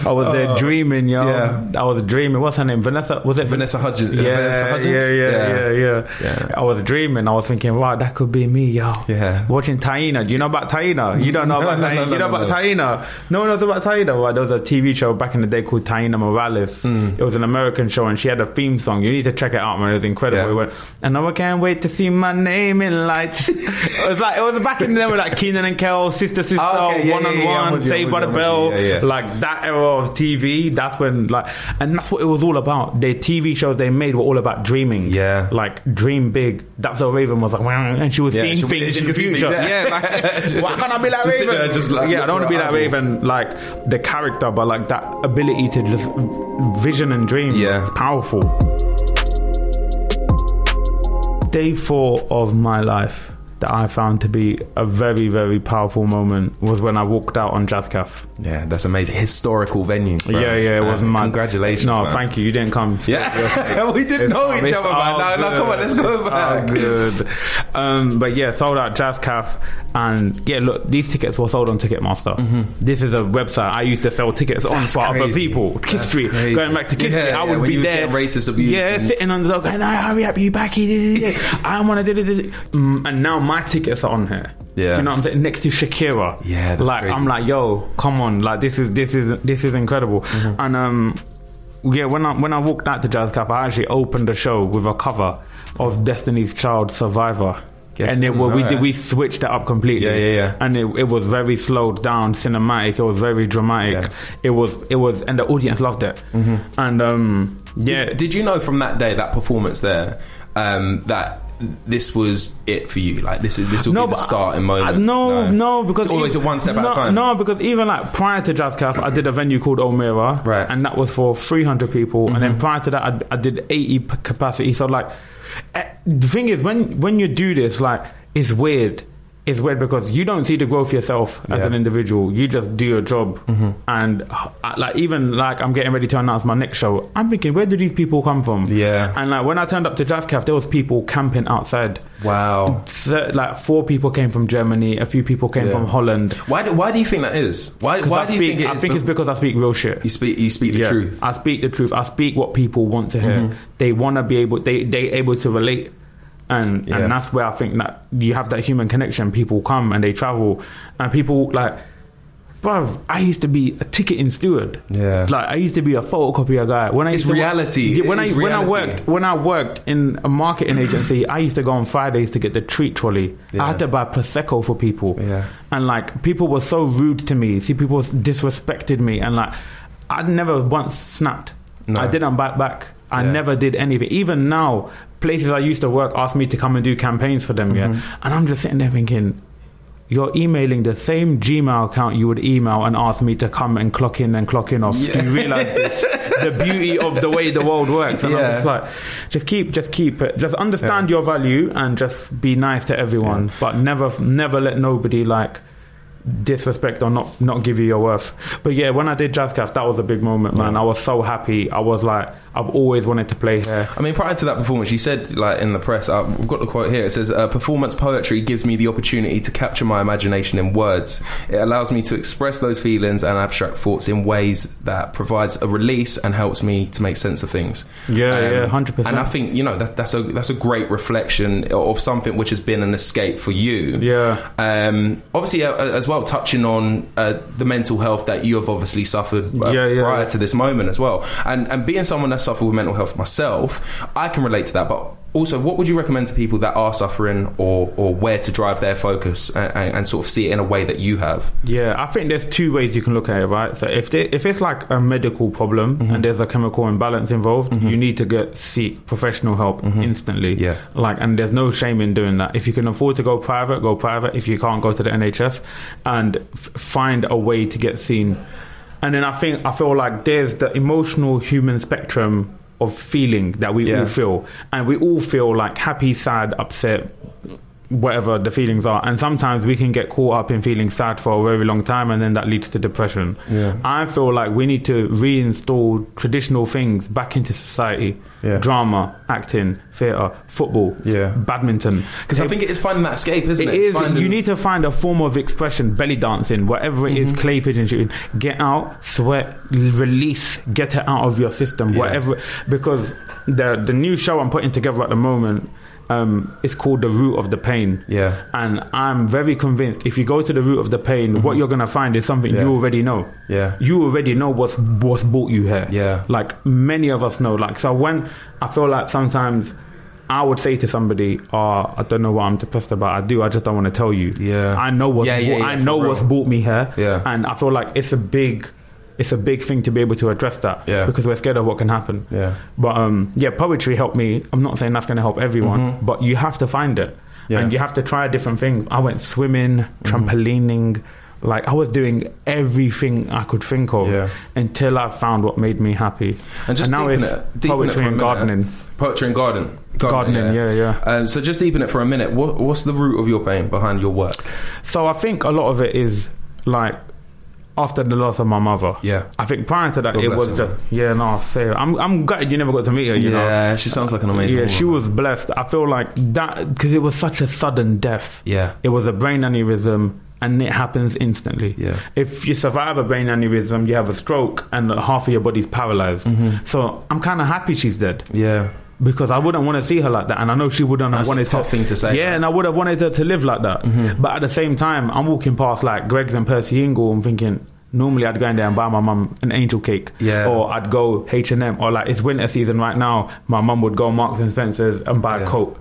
B: I was there dreaming, yo.
A: Uh, yeah.
B: I was dreaming. What's her name? Vanessa? Was it
A: Vanessa Hudgens.
B: Yeah,
A: Vanessa Hudgens?
B: yeah, yeah, yeah,
A: Yeah.
B: yeah,
A: Yeah.
B: I was dreaming. I was thinking, wow, that could be me, yo.
A: Yeah.
B: Watching Taina. Do you know about Taina? You don't know
A: No,
B: about
A: no,
B: Taina.
A: no,
B: you know
A: no,
B: about
A: no.
B: Taina. No one knows about Taina. Well, there was a TV show back in the day called Taina Morales.
A: Mm.
B: It was an American show, and she had a theme song. You need to check it out, man. It was incredible.
A: Yeah.
B: It went, and now I can't wait to see my name in lights. it was like it was back in the day with like Keenan and Kel, Sister Sister,
A: Ah, Okay, yeah,
B: One on
A: yeah, yeah, I'm
B: One,
A: with you, I'm
B: Saved by
A: with
B: the
A: you, I'm
B: Bell,
A: with you. Yeah, yeah.
B: like like that era of TV, that's when like, and that's what it was all about. The TV shows they made were all about dreaming.
A: Yeah.
B: like dream big. That's what Raven was like, "Wah," and she was
A: Yeah,
B: seeing
A: she-
B: things
A: she
B: in the
A: could see
B: future.
A: things, yeah.
B: Yeah, like, why can't I be like
A: Just sit
B: Raven?
A: there, just, like,
B: yeah, I
A: look
B: don't want to
A: for
B: be
A: an
B: like
A: eyeball.
B: Raven, like the character, but like that ability to just vision and dream.
A: Yeah.
B: It's powerful. Day four of my life that I found to be a very, very powerful moment was when I walked out on Jazz Caf.
A: Yeah, that's amazing. Historical venue. bro.
B: Yeah, yeah, it was
A: Uh,
B: mad.
A: Congratulations.
B: No,
A: man.
B: thank you. You didn't come.
A: Yeah, we didn't
B: It's-
A: know each
B: it's
A: other, man.
B: all
A: No, no, come on,
B: good.
A: let's go
B: It's
A: back.
B: all good. Um, but yeah, sold out Jazz Caf, and yeah, look, these tickets were sold on Ticketmaster. This is a website I used to sell tickets on
A: Mm-hmm. That's
B: for other
A: crazy.
B: people. Kiss
A: That's
B: Street,
A: crazy.
B: going back to Kiss
A: Yeah,
B: Street, I
A: yeah,
B: would
A: when
B: be
A: you was
B: there,
A: getting racist abuse
B: Yeah,
A: and-
B: sitting on the dog, and I hurry up, you back, I want to, mm, and now my tickets are on here.
A: Yeah.
B: you know what I'm saying. Next to Shakira.
A: Yeah, that's
B: like
A: crazy.
B: I'm like, yo, come on, like this is this is this is incredible,
A: Mm-hmm.
B: and um. Yeah, when I when I walked out to Jazz Cafe, I actually opened the show with a cover of Destiny's Child Survivor.
A: Get
B: and it,
A: them,
B: well, we did,
A: alright.
B: we switched it up completely.
A: Yeah, yeah, yeah.
B: And it, it was very slowed down, cinematic. It was very dramatic. It was it was, and the audience loved it.
A: Mm-hmm.
B: And um, yeah,
A: Did you know from that day, that performance there, um, that this was it for you? Like this is this will be the
B: but
A: starting
B: I-
A: moment.
B: I- no, no, because
A: it's always
B: even-
A: a one step
B: no,
A: at a time.
B: No, because even like prior to Jazz Caf, I did a venue called Omira,
A: Right. Mm-hmm.
B: and that was for three hundred people. And then prior to that, I, I did eighty p- capacity. So like, eh, the thing is, when when you do this, like, it's weird. It's weird because you don't see the growth yourself as
A: Yeah. Mm-hmm.
B: an individual. You just do your job, and uh, like even like I'm getting ready to announce my next show. I'm thinking, where do these people come from?
A: Yeah.
B: and like when I turned up to Jazz Caf, there was people camping outside.
A: Wow.
B: So, like four people came from Germany, a few people came
A: Yeah.
B: from Holland.
A: Why do, why do you think that is? Why
B: Because
A: why
B: I
A: do
B: speak,
A: you think it
B: I
A: is
B: think
A: be-
B: it's because I speak real shit.
A: you speak you speak the
B: Yeah.
A: truth? Mm-hmm.
B: I speak the truth. I speak what people want to hear. They want to be able. They they able to relate, and
A: Yeah.
B: and that's where I think that you have that human connection. People come and they travel, and people like. Bruv, I used to be a ticketing steward.
A: Yeah.
B: like I used to be a photocopier guy. When I
A: It's
B: used to wo-
A: reality.
B: Yeah, when
A: It
B: I
A: is
B: when I
A: reality.
B: worked when I worked in a marketing agency, I used to go on Fridays to get the treat trolley. I had to buy prosecco for people.
A: Yeah.
B: And like people were so rude to me. See, people disrespected me, and like I never once snapped.
A: No.
B: I didn't bite back. I
A: Yeah.
B: never did anything. Even now, places I used to work ask me to come and do campaigns for them.
A: Mm-hmm.
B: Yeah, and I'm just sitting there thinking. You're emailing the same Gmail account you would email and ask me to come and clock in and clock in off. Do you realize this? the beauty of the way the world works? And I'm
A: Yeah.
B: just like, just keep, just keep it. Just understand your value and just be nice to everyone, but never, never let nobody like disrespect or not not give you your worth. But yeah, when I did Jazzcast, that was a big moment, man. I was so happy. I was like, I've always wanted to play here.
A: I mean, prior to that performance, you said, like in the press, uh, we've got the quote here. It says, uh, "Performance poetry gives me the opportunity to capture my imagination in words. It allows me to express those feelings and abstract thoughts in ways that provides a release and helps me to make sense of things." Um,
B: Yeah, yeah, 100%.
A: And I think you know that that's a that's a great reflection of something which has been an escape for you.
B: Yeah.
A: Um, obviously, uh, as well, touching on uh, the mental health that you have obviously suffered uh,
B: Yeah, yeah.
A: prior to this moment as well, and and being someone that suffered with mental health myself, I can relate to that. But also, what would you recommend to people that are suffering, or or where to drive their focus and, and, and sort of see it in a way that you have?
B: Yeah, I think there's two ways you can look at it, right? So if they, if it's like a medical problem
A: Mm-hmm.
B: and there's a chemical imbalance involved, you need to get seek professional help instantly.
A: Mm-hmm. Yeah.
B: like and there's no shame in doing that. If you can afford to go private, go private. If you can't, go to the NHS and f- find a way to get seen. And then I think I feel like there's the emotional human spectrum of feeling that we
A: Yeah.
B: all feel, and we all feel like happy, sad, upset, whatever the feelings are. And sometimes we can get caught up in feeling sad for a very long time and then that leads to depression.
A: Yeah.
B: I feel like we need to reinstall traditional things back into society.
A: Yeah.
B: Drama, acting, theatre, football,
A: Yeah.
B: badminton.
A: Because I think it is finding that escape, isn't it?
B: It
A: It's
B: is.
A: finding-
B: You need to find a form of expression, belly dancing, whatever it is,
A: Mm-hmm.
B: clay pigeon shooting. Get out, sweat, l- release, get it out of your system,
A: Yeah.
B: whatever. Because the the new show I'm putting together at the moment um, is called The Root of the Pain.
A: Yeah.
B: And I'm very convinced if you go to the root of the pain, what you're gonna find is something
A: Mm-hmm. Yeah.
B: you already know.
A: Yeah.
B: You already know what's what's brought you here.
A: Yeah.
B: Like many of us know. Like so when I feel like sometimes I would say to somebody, "Oh, I don't know what I'm depressed about. I do. I just don't want to tell you.
A: Yeah.
B: I know what's
A: Yeah, yeah,
B: brought-
A: yeah,
B: I
A: for
B: know
A: real.
B: what's brought me here.
A: Yeah.
B: And I feel like it's a big, it's a big thing to be able to address that.
A: Yeah.
B: Because we're scared of what can happen.
A: Yeah.
B: But um, yeah, poetry helped me. I'm not saying that's going to help everyone, but you have to find it,
A: Mm-hmm. Yeah. Mm-hmm.
B: and you have to try different things. I went swimming, trampolining. Like I was doing everything I could think of
A: Yeah.
B: until I found what made me happy.
A: And just
B: now
A: deepen
B: it's
A: it, deepen it for
B: poetry
A: a
B: and
A: minute.
B: gardening.
A: Poetry and garden.
B: Gardening, yeah,
A: Um, so just deepen it for a minute. What, what's the root of your pain behind your work?
B: So I think a lot of it is like after the loss of my mother.
A: Yeah.
B: I think prior to that
A: God
B: it
A: bless
B: was
A: her,
B: just yeah, no, say I'm I'm gutted you never got to meet her, you know.
A: yeah, she sounds like an amazing.
B: Yeah,
A: woman.
B: she was blessed. I feel like that because it was such a sudden death.
A: Yeah.
B: it was a brain aneurysm, and it happens instantly.
A: Yeah.
B: if you survive a brain aneurysm, you have a stroke, and half of your body's paralyzed.
A: Mm-hmm.
B: So I'm kind of happy she's dead
A: Yeah,
B: because I wouldn't want to see her like that, and I know she wouldn't
A: That's a
B: have wanted
A: tough
B: to,
A: thing to say,
B: Yeah,
A: though. Mm-hmm.
B: and I would have wanted her to live like that. But at the same time, I'm walking past like Greg's and Percy Ingle and thinking. Normally, I'd go in there and buy my mum an angel cake,
A: Yeah.
B: or I'd go H and M, or like it's winter season right now. My mum would go Marks and Spencers and buy
A: Yeah.
B: a coat.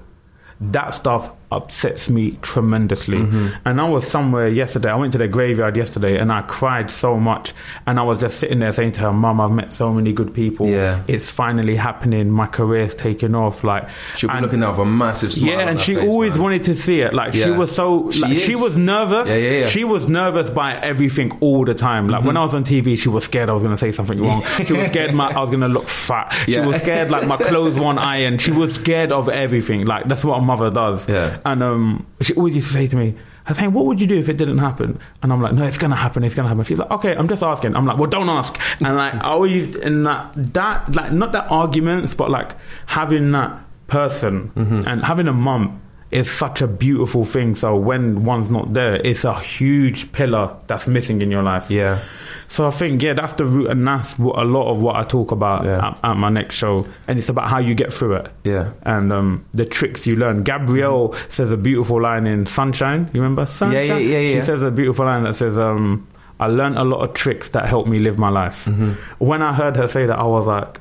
B: That stuff upsets me tremendously.
A: Mm-hmm.
B: And I was somewhere yesterday. I went to the graveyard yesterday, and I cried so much. And I was just sitting there saying to her, "Mum, I've met so many good people.
A: Yeah.
B: It's finally happening. My career's taking off. Like
A: she'll be
B: and-
A: looking up a massive smile.
B: Yeah,
A: on
B: and
A: her
B: she
A: face,
B: always
A: man.
B: wanted to see it. Like she
A: Yeah.
B: was so
A: She
B: like, she,
A: is.
B: was nervous.
A: Yeah, yeah, Mm-hmm. yeah.
B: She was nervous by everything all the time. Like when I was on TV, she was scared I was gonna say something wrong. she was scared my I was gonna look fat.
A: Yeah.
B: She was scared like my clothes were on iron. She was scared of everything. Like that's what a mother does.
A: Yeah.
B: And um she always used to say to me, Hussein, what would you do if it didn't happen? And I'm like, no, it's gonna happen. It's gonna happen. She's like, okay, I'm just asking. I'm like, well, don't ask. And like, I always and that that like not that arguments, but like having that person and having a mum is such a beautiful thing. So when one's not there, it's a huge pillar that's missing in your life.
A: Yeah.
B: So I think yeah, that's the root, and that's what, a lot of what I talk about
A: Yeah.
B: at, at my next show, and it's about how you get through it
A: Yeah. Mm-hmm.
B: and um, the tricks you learn. Gabrielle says a beautiful line in Sunshine. You remember Sunshine?
A: yeah, yeah, yeah.
B: She says a beautiful line that says, um, "I learned a lot of tricks that helped me live my life."
A: Mm-hmm.
B: When I heard her say that, I was like,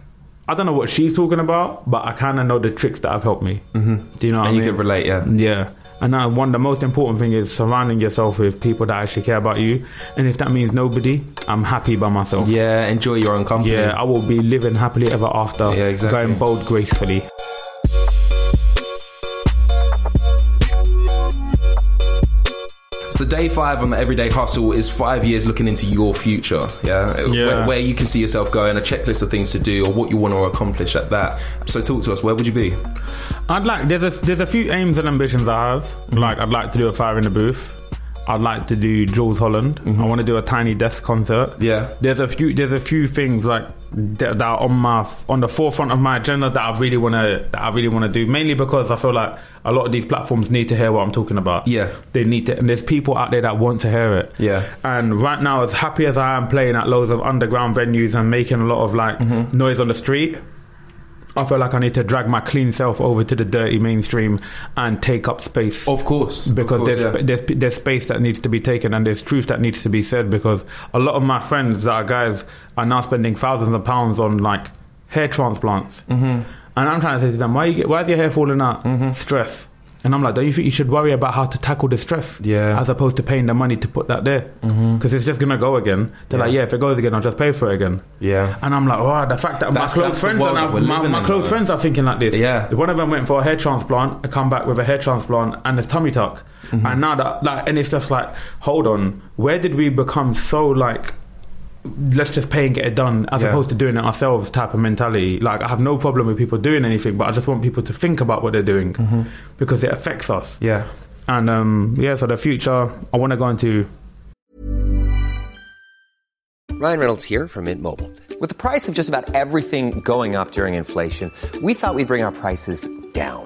B: "I don't know what she's talking about, but I kind of know the tricks that have helped me." Mm-hmm. Do you know? what
A: And
B: I
A: you
B: mean?
A: can relate, yeah.
B: Yeah. And I, one, the most important thing is surrounding yourself with people that actually care about you. And if that means nobody, I'm happy by myself.
A: Yeah, enjoy your own company.
B: Yeah, I will be living happily ever after.
A: Yeah, exactly.
B: Going bold gracefully.
A: So day five on the Everyday Hustle is five years looking into your future, yeah,
B: Yeah.
A: Where, where you can see yourself going, a checklist of things to do, or what you want to accomplish at that. So talk to us. Where would you be?
B: I'd like there's a there's a few aims and ambitions I have. Like I'd like to do a fire in the booth. I'd like to do Jules Holland. I want to do a tiny desk concert.
A: Mm-hmm. Yeah.
B: There's a few there's a few things like that, that are on my on the forefront of my agenda that I really want to that I really want to do mainly because I feel like a lot of these platforms need to hear what I'm talking about.
A: Yeah.
B: They need to and there's people out there that want to hear it.
A: Yeah.
B: And right now as happy as I am playing at loads of underground venues and making a lot of like
A: Mm-hmm.
B: noise on the street, I feel like I need to drag my clean self over to the dirty mainstream and take up space.
A: Of course, of
B: Because
A: course,
B: there's,
A: yeah.
B: sp- there's p- there's space that needs to be taken and there's truth that needs to be said. Because a lot of my friends that are guys are now spending thousands of pounds on like hair transplants, mm-hmm. and I'm trying to say to them, why you get, why is your hair falling out?
A: Mm-hmm.
B: Stress. And I'm like, don't you think you should worry about how to tackle the stress?
A: Yeah. Mm-hmm.
B: As opposed to paying the money to put that there, because it's just gonna go again. They're like, yeah, if it goes again, I'll just pay for it again.
A: Yeah.
B: And I'm like, wow, the fact that
A: That's-
B: my
A: that's the
B: close friends are
A: world
B: now,
A: that we're
B: my,
A: living
B: my
A: in,
B: close
A: though.
B: friends are thinking like this.
A: Yeah.
B: One of them went for a hair transplant. I come back with a hair transplant and a tummy tuck.
A: Mm-hmm.
B: And now that, like, and it's just like, hold on, where did we become so like? Let's just pay and get it done, as
A: Yeah.
B: opposed to doing it ourselves type of mentality. Like I have no problem with people doing anything, but I just want people to think about what they're doing because it affects us.
A: Mm-hmm. Yeah.
B: And um, yeah, so the future, I want to go into
D: Ryan Reynolds here from Mint Mobile. With the price of just about everything going up during inflation, we thought we'd bring our prices down.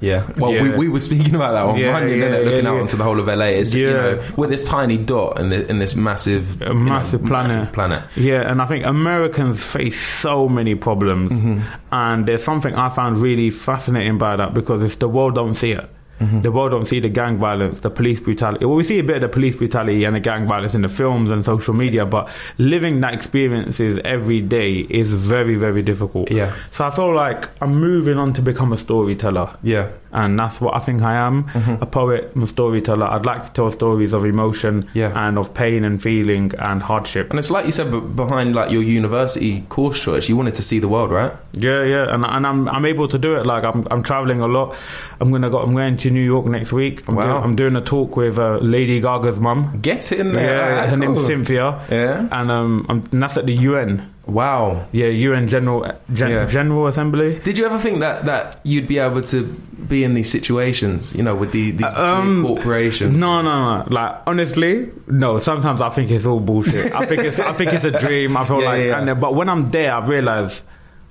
A: Yeah. Well, We,
B: Yeah.
A: we were speaking about that one,
B: Yeah,
A: weren't you,
B: yeah,
A: innit? looking
B: yeah,
A: out
B: yeah.
A: onto the whole of LA. It's, you
B: Yeah.
A: know, with this tiny dot and, the, and this massive, you know,
B: massive planet.
A: massive planet.
B: Yeah, and I think Americans face so many problems,
A: Mm-hmm.
B: and there's something I found really fascinating by that because it's the world don't see it.
A: Mm-hmm.
B: The world don't see the gang violence, the police brutality. Well, we see a bit of the police brutality and the gang violence in the films and social media, but living that experiences every day is very, very difficult.
A: Yeah.
B: So I feel like I'm moving on to become a storyteller
A: Yeah.
B: and that's what I think I am
A: Mm-hmm.
B: a poet and a storyteller. I'd like to tell stories of emotion
A: Yeah.
B: and of pain and feeling and hardship.
A: And it's like you said, but behind like your university course choice, you wanted to see the world, right?
B: Yeah, yeah, and and I'm I'm able to do it. Like I'm I'm traveling a lot. I'm gonna go. I'm going to New York next week. I'm,
A: Wow.
B: doing, I'm doing a talk with uh, Lady Gaga's mum.
A: Get in
B: Yeah,
A: there. Ah,
B: her
A: cool.
B: name's Cynthia.
A: Yeah.
B: and um, I'm, and that's at the UN.
A: Wow.
B: Yeah, UN General Gen-
A: Yeah.
B: General Assembly.
A: Did you ever think that, that you'd be able to be in these situations, you know, with the, these
B: Um,
A: big corporations?
B: No, no, no. Like honestly, no. Sometimes I think it's all bullshit. I think it's I think it's a dream. I feel
A: Yeah,
B: like,
A: yeah, yeah.
B: And then, but when I'm there, I realize,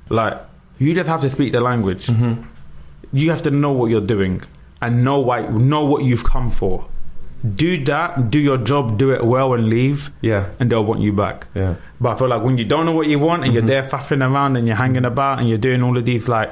B: like, you just have to speak the language.
A: Mm-hmm.
B: You have to know what you're doing and know why, know what you've come for. Do that. Do your job. Do it well and leave.
A: Yeah.
B: and they'll want you back.
A: Yeah. Mm-hmm.
B: But I feel like when you don't know what you want and you're there faffing around and you're hanging about and you're doing all of these like,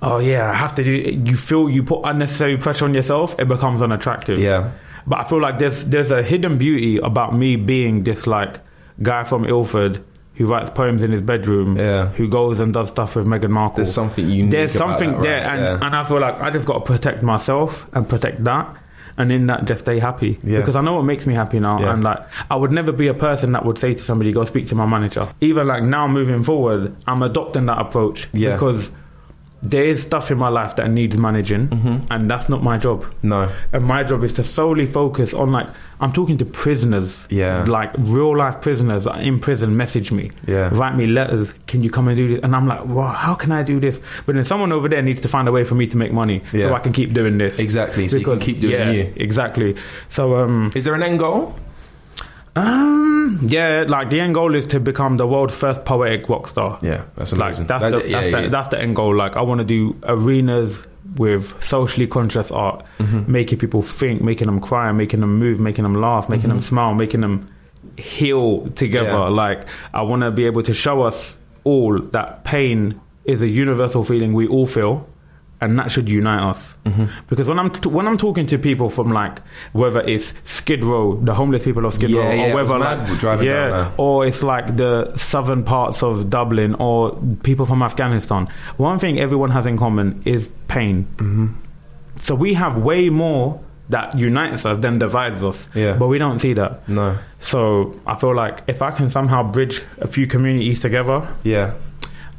B: oh yeah, I have to do. You feel you put unnecessary pressure on yourself. It becomes unattractive.
A: Yeah.
B: But I feel like there's there's a hidden beauty about me being this like guy from Ilford who writes poems in his bedroom.
A: Yeah.
B: Who goes and does stuff with Meghan Markle.
A: There's something unique
B: There's
A: about
B: something
A: that,
B: there,
A: right?
B: and
A: Yeah.
B: and I feel like I just got to protect myself and protect that. And in that, just stay happy
A: Yeah.
B: because I know what makes me happy now.
A: Yeah.
B: And like, I would never be a person that would say to somebody, "Go speak to my manager." Even like now, moving forward, I'm adopting that approach
A: Yeah.
B: because there is stuff in my life that needs managing, and that's not my job.
A: Mm-hmm. No.
B: and my job is to solely focus on like I'm talking to prisoners.
A: Yeah.
B: like real life prisoners that are in prison. Message me.
A: Yeah.
B: write me letters. Can you come and do this? And I'm like, wow, how can I do this? But then someone over there needs to find a way for me to make money
A: Yeah.
B: so I can keep doing this.
A: Exactly, so you can keep doing
B: yeah,
A: you.
B: Exactly. So um.
A: Is there an end goal?
B: Um, yeah, like the end goal is to become the world's first poetic rock star.
A: Yeah, that's
B: like
A: amazing.
B: that's
A: That-
B: the
A: yeah,
B: that's,
A: yeah.
B: the that's the end goal. Like I want to do arenas with socially conscious art,
A: Mm-hmm.
B: making people think, making them cry, making them move, making them laugh, making them smile, making them heal together.
A: Mm-hmm. Yeah.
B: Like I want to be able to show us all that pain is a universal feeling we all feel. And that should unite us,
A: Mm-hmm.
B: because when I'm t- when I'm talking to people from like whether it's Skid Row, the homeless people of Skid
A: Yeah,
B: Row,
A: yeah, it
B: or
A: was
B: whether
A: mad
B: like
A: driving down there.
B: or it's like the southern parts of Dublin or people from Afghanistan. One thing everyone has in common is pain.
A: Mm-hmm.
B: So we have way more that unites us than divides us.
A: Yeah.
B: But we don't see that.
A: No.
B: So I feel like if I can somehow bridge a few communities together,
A: Yeah.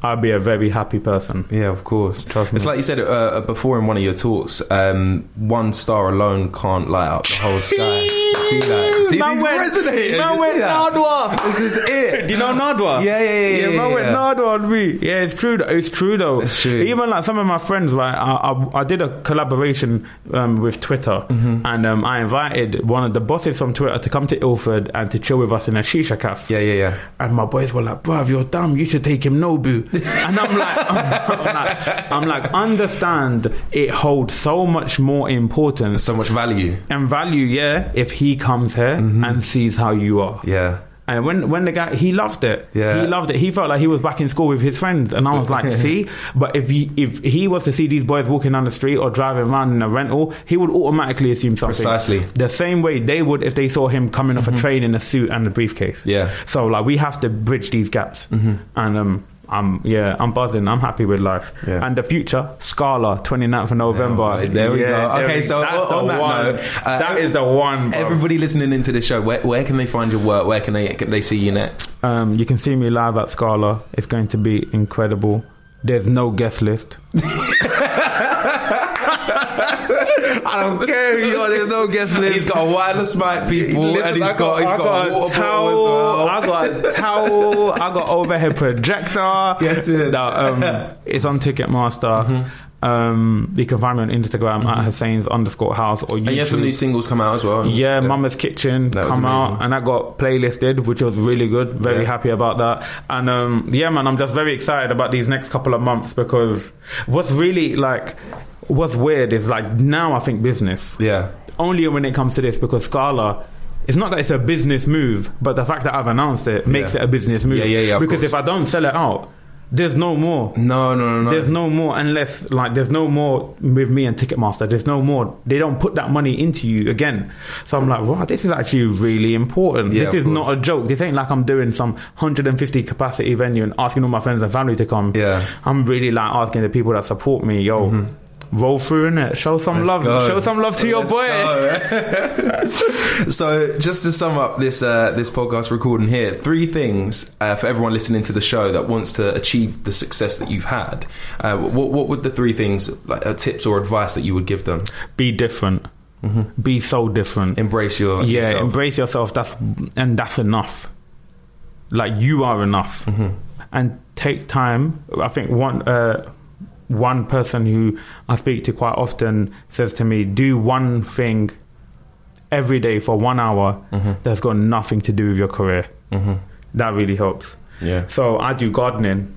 B: I'd be a very happy person.
A: Yeah, of course.
B: Trust
A: It's
B: me.
A: like you said uh, before in one of your talks. Um, one star alone can't light up the whole sky. You see that? See,
B: Man
A: these
B: went-
A: resonating.
B: man
A: You
B: went
A: see that? This is it.
B: Do you know Nardwa?
A: Yeah, yeah, yeah, yeah,
B: man
A: yeah,
B: went
A: yeah.
B: Nardwa on me. Yeah, it's true. Though. It's true though.
A: It's true.
B: Even like some of my friends, like I, I, I did a collaboration um, with Twitter,
A: Mm-hmm.
B: and um, I invited one of the bosses from Twitter to come to Ilford and to chill with us in a shisha cafe.
A: Yeah, yeah, yeah.
B: And my boys were like, bruv, you're dumb. You should take him Nobu. And I'm like, I'm, like, I'm like, understand it holds so much more importance
A: So much value.
B: and value, yeah, if he comes here and sees how you are.
A: Mm-hmm. Yeah.
B: And when when the guy he loved it,
A: Yeah.
B: he loved it. He felt like he was back in school with his friends, and I was like, "See." But if he, if he was to see these boys walking down the street or driving around in a rental, he would automatically assume something.
A: Precisely. Mm-hmm.
B: the same way they would if they saw him coming off a train in a suit and a briefcase.
A: Yeah. Mm-hmm.
B: So like we have to bridge these gaps, and um. I'm yeah, I'm buzzing. I'm happy with life.
A: Yeah.
B: And the future, Scala, 29th of November.
A: All right, there we
B: Yeah,
A: go.
B: there
A: Okay,
B: we-
A: so
B: that's
A: on
B: the
A: that
B: one.
A: note, uh,
B: that is the one. bro.
A: Everybody listening into this show, where, where can they find your work? Where can they can they see you next?
B: Um, you can see me live at Scala. It's going to be incredible. There's no guest list.
A: I don't care who you are. There's no guest list. He's got a wireless mic, people, and he's
B: I
A: got, he's
B: I
A: got, a water
B: towel.
A: bottle
B: I
A: as well.
B: got a towel. I got overhead projector.
A: Get it. Mm-hmm.
B: No, um, it's on Ticketmaster. Um, you can find me on Instagram at Hussein's underscore house or YouTube.
A: and you have some new singles come out as well.
B: Yeah, Mama's Kitchen
A: That was
B: come out,
A: amazing.
B: and I got playlisted, which was really good. Very
A: Yeah.
B: happy about that. And um, yeah, man, I'm just very excited about these next couple of months because what's really like, what's weird is like now I think business.
A: Yeah.
B: Only when it comes to this because Scala. It's not that it's a business move, but the fact that I've announced it makes
A: Yeah.
B: it a business move.
A: Yeah, yeah, yeah, of
B: Because
A: course.
B: if I don't sell it out, there's no more.
A: No, no, no, no.
B: There's no more unless like there's no more with me and Ticketmaster. There's no more. They don't put that money into you again. So I'm like, wow, this is actually really important.
A: Yeah,
B: this
A: of
B: is not
A: course.
B: a joke. This ain't like I'm doing some 150 capacity venue and asking all my friends and family to come.
A: Yeah.
B: I'm really like asking the people that support me, yo. Roll through in it. Show some
A: Mm-hmm. Let's
B: love.
A: go.
B: Show some love to your
A: Let's
B: boy.
A: go. so, just to sum up this uh, this podcast recording here, three things uh, for everyone listening to the show that wants to achieve the success that you've had. Uh, what what would the three things, like uh, tips or advice that you would give them?
B: Be different. Be so different.
A: Mm-hmm. Embrace your
B: yeah
A: yourself.
B: embrace yourself that's and that's enough like you are enough
A: Mm-hmm.
B: and take time i think one uh one person who i speak to quite often says to me do one thing every day for one hour
A: Mm-hmm.
B: that's got nothing to do with your career that really helps
A: Yeah.
B: so i do gardening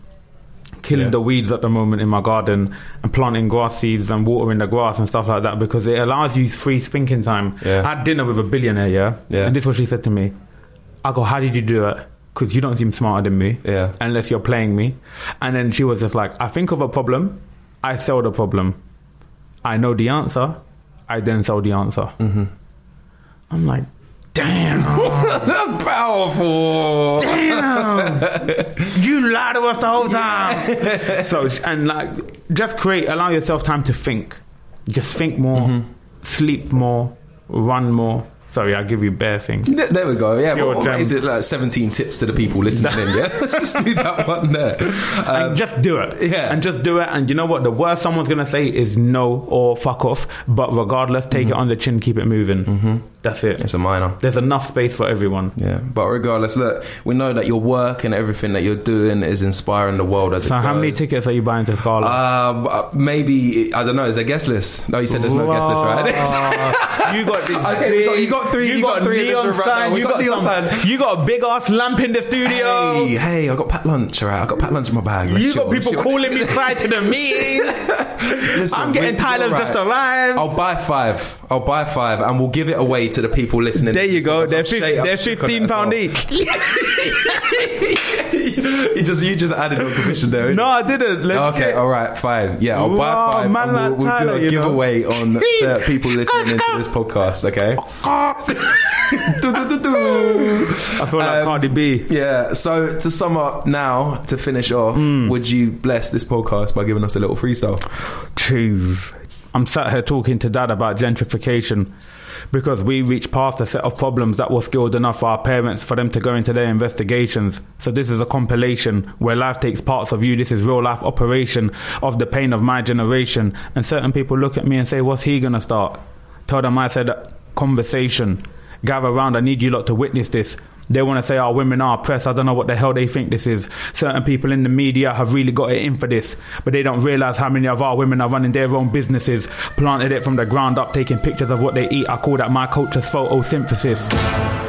B: killing
A: Yeah.
B: the weeds at the moment in my garden and planting grass seeds and watering the grass and stuff like that because it allows you free thinking time.
A: Yeah.
B: I had dinner with a billionaire, yeah?
A: Yeah.
B: And this is what she said to me. I go, how did you do it? Because you don't seem smarter than me.
A: Yeah.
B: Unless you're playing me. And then she was just like, I think of a problem, I solve the problem. I know the answer, I then solve the answer. Mm-hmm. I'm like, damn,
A: Powerful.
B: you lied to us the whole time. so, sh- and like, just create, allow yourself time to think. Just think more,
A: Mm-hmm.
B: sleep more, run more. Sorry, I'll give you bare things.
A: There there we go. Yeah,
B: Pure
A: what, what
B: gem.
A: is it like? Seventeen tips to the people listening in. Yeah, let's just do that one there. Um,
B: and just do it.
A: yeah.
B: And just do it. And you know what? The worst someone's going to say is no or fuck off. But regardless, take it on the chin, keep it moving. Mm-hmm. That's it.
A: Mm-hmm. it's a minor.
B: There's enough space for everyone.
A: Yeah, but regardless, look, we know that your work and everything that you're doing is inspiring the world as
B: So,
A: it
B: how many
A: goes.
B: tickets are you buying to Scarlet?
A: Um, uh, maybe I don't know. Is there a guest list? No, you said there's no guest list, right?
B: Wow. you got the
A: Okay, we got- you
B: big-
A: got three-
B: You,
A: you got
B: got,
A: three in this
B: neon
A: room right
B: sign.
A: now. We
B: you
A: got neon
B: some-
A: sign.
B: You got a big ass lamp in the studio.
A: hey, hey, I got packed lunch. All right, I got packed lunch in my bag. Let's
B: You
A: chill,
B: got people
A: chill.
B: calling me fried to the meat.
A: Listen,
B: I'm getting
A: we-
B: Tyler's
A: you're
B: just
A: right.
B: arrived.
A: I'll buy five. I'll buy five, and we'll give it away to the people listening.
B: There
A: to
B: you
A: this
B: go.
A: podcast.
B: They're,
A: I'm
B: fif-
A: straight up
B: they're
A: shook on it as
B: fifteen pound
A: well.
B: each.
A: you just you just added your commission there.
B: No, I didn't. Let's
A: Okay,
B: check.
A: all right, fine. Yeah, I'll buy
B: Wow,
A: five.
B: man
A: and we'll, we'll
B: like Tyler,
A: do a
B: you know.
A: giveaway on to people listening into this podcast. Okay. Do, do, do, do.
B: I feel like
A: Um,
B: Cardi B.
A: Yeah. So to sum up now, to finish off,
B: Hmm.
A: would you bless this podcast by giving us a little freestyle?
B: Jeez. I'm sat here talking to dad about gentrification because we reached past a set of problems that were skilled enough for our parents for them to go into their investigations. So this is a compilation where life takes parts of you. This is real life operation of the pain of my generation. And certain people look at me and say, what's he going to start? Tell them I said conversation. Gather round, I need you lot to witness this. They want to say our women are oppressed. I don't know what the hell they think this is. Certain people in the media have really got it in for this, but they don't realize how many of our women are running their own businesses, planted it from the ground up, taking pictures of what they eat. I call that my culture's photosynthesis.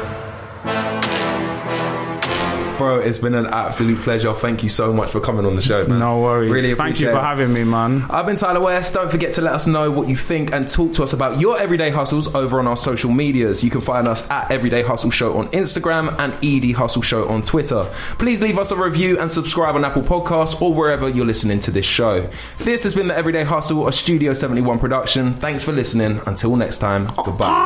A: Bro, it's been an absolute pleasure. Thank you so much for coming on the show, man.
B: No worries.
A: Really
B: Thank you
A: appreciate
B: for
A: it.
B: having me, man.
A: I've been Tyler West. Don't forget to let us know what you think and talk to us about your everyday hustles over on our social medias. You can find us at Everyday Hustle Show on Instagram and ED Hustle Show on Twitter. Please leave us a review and subscribe on Apple Podcasts or wherever you're listening to this show. This has been the Everyday Hustle, a Studio 71 production. Thanks for listening. Until next time, goodbye.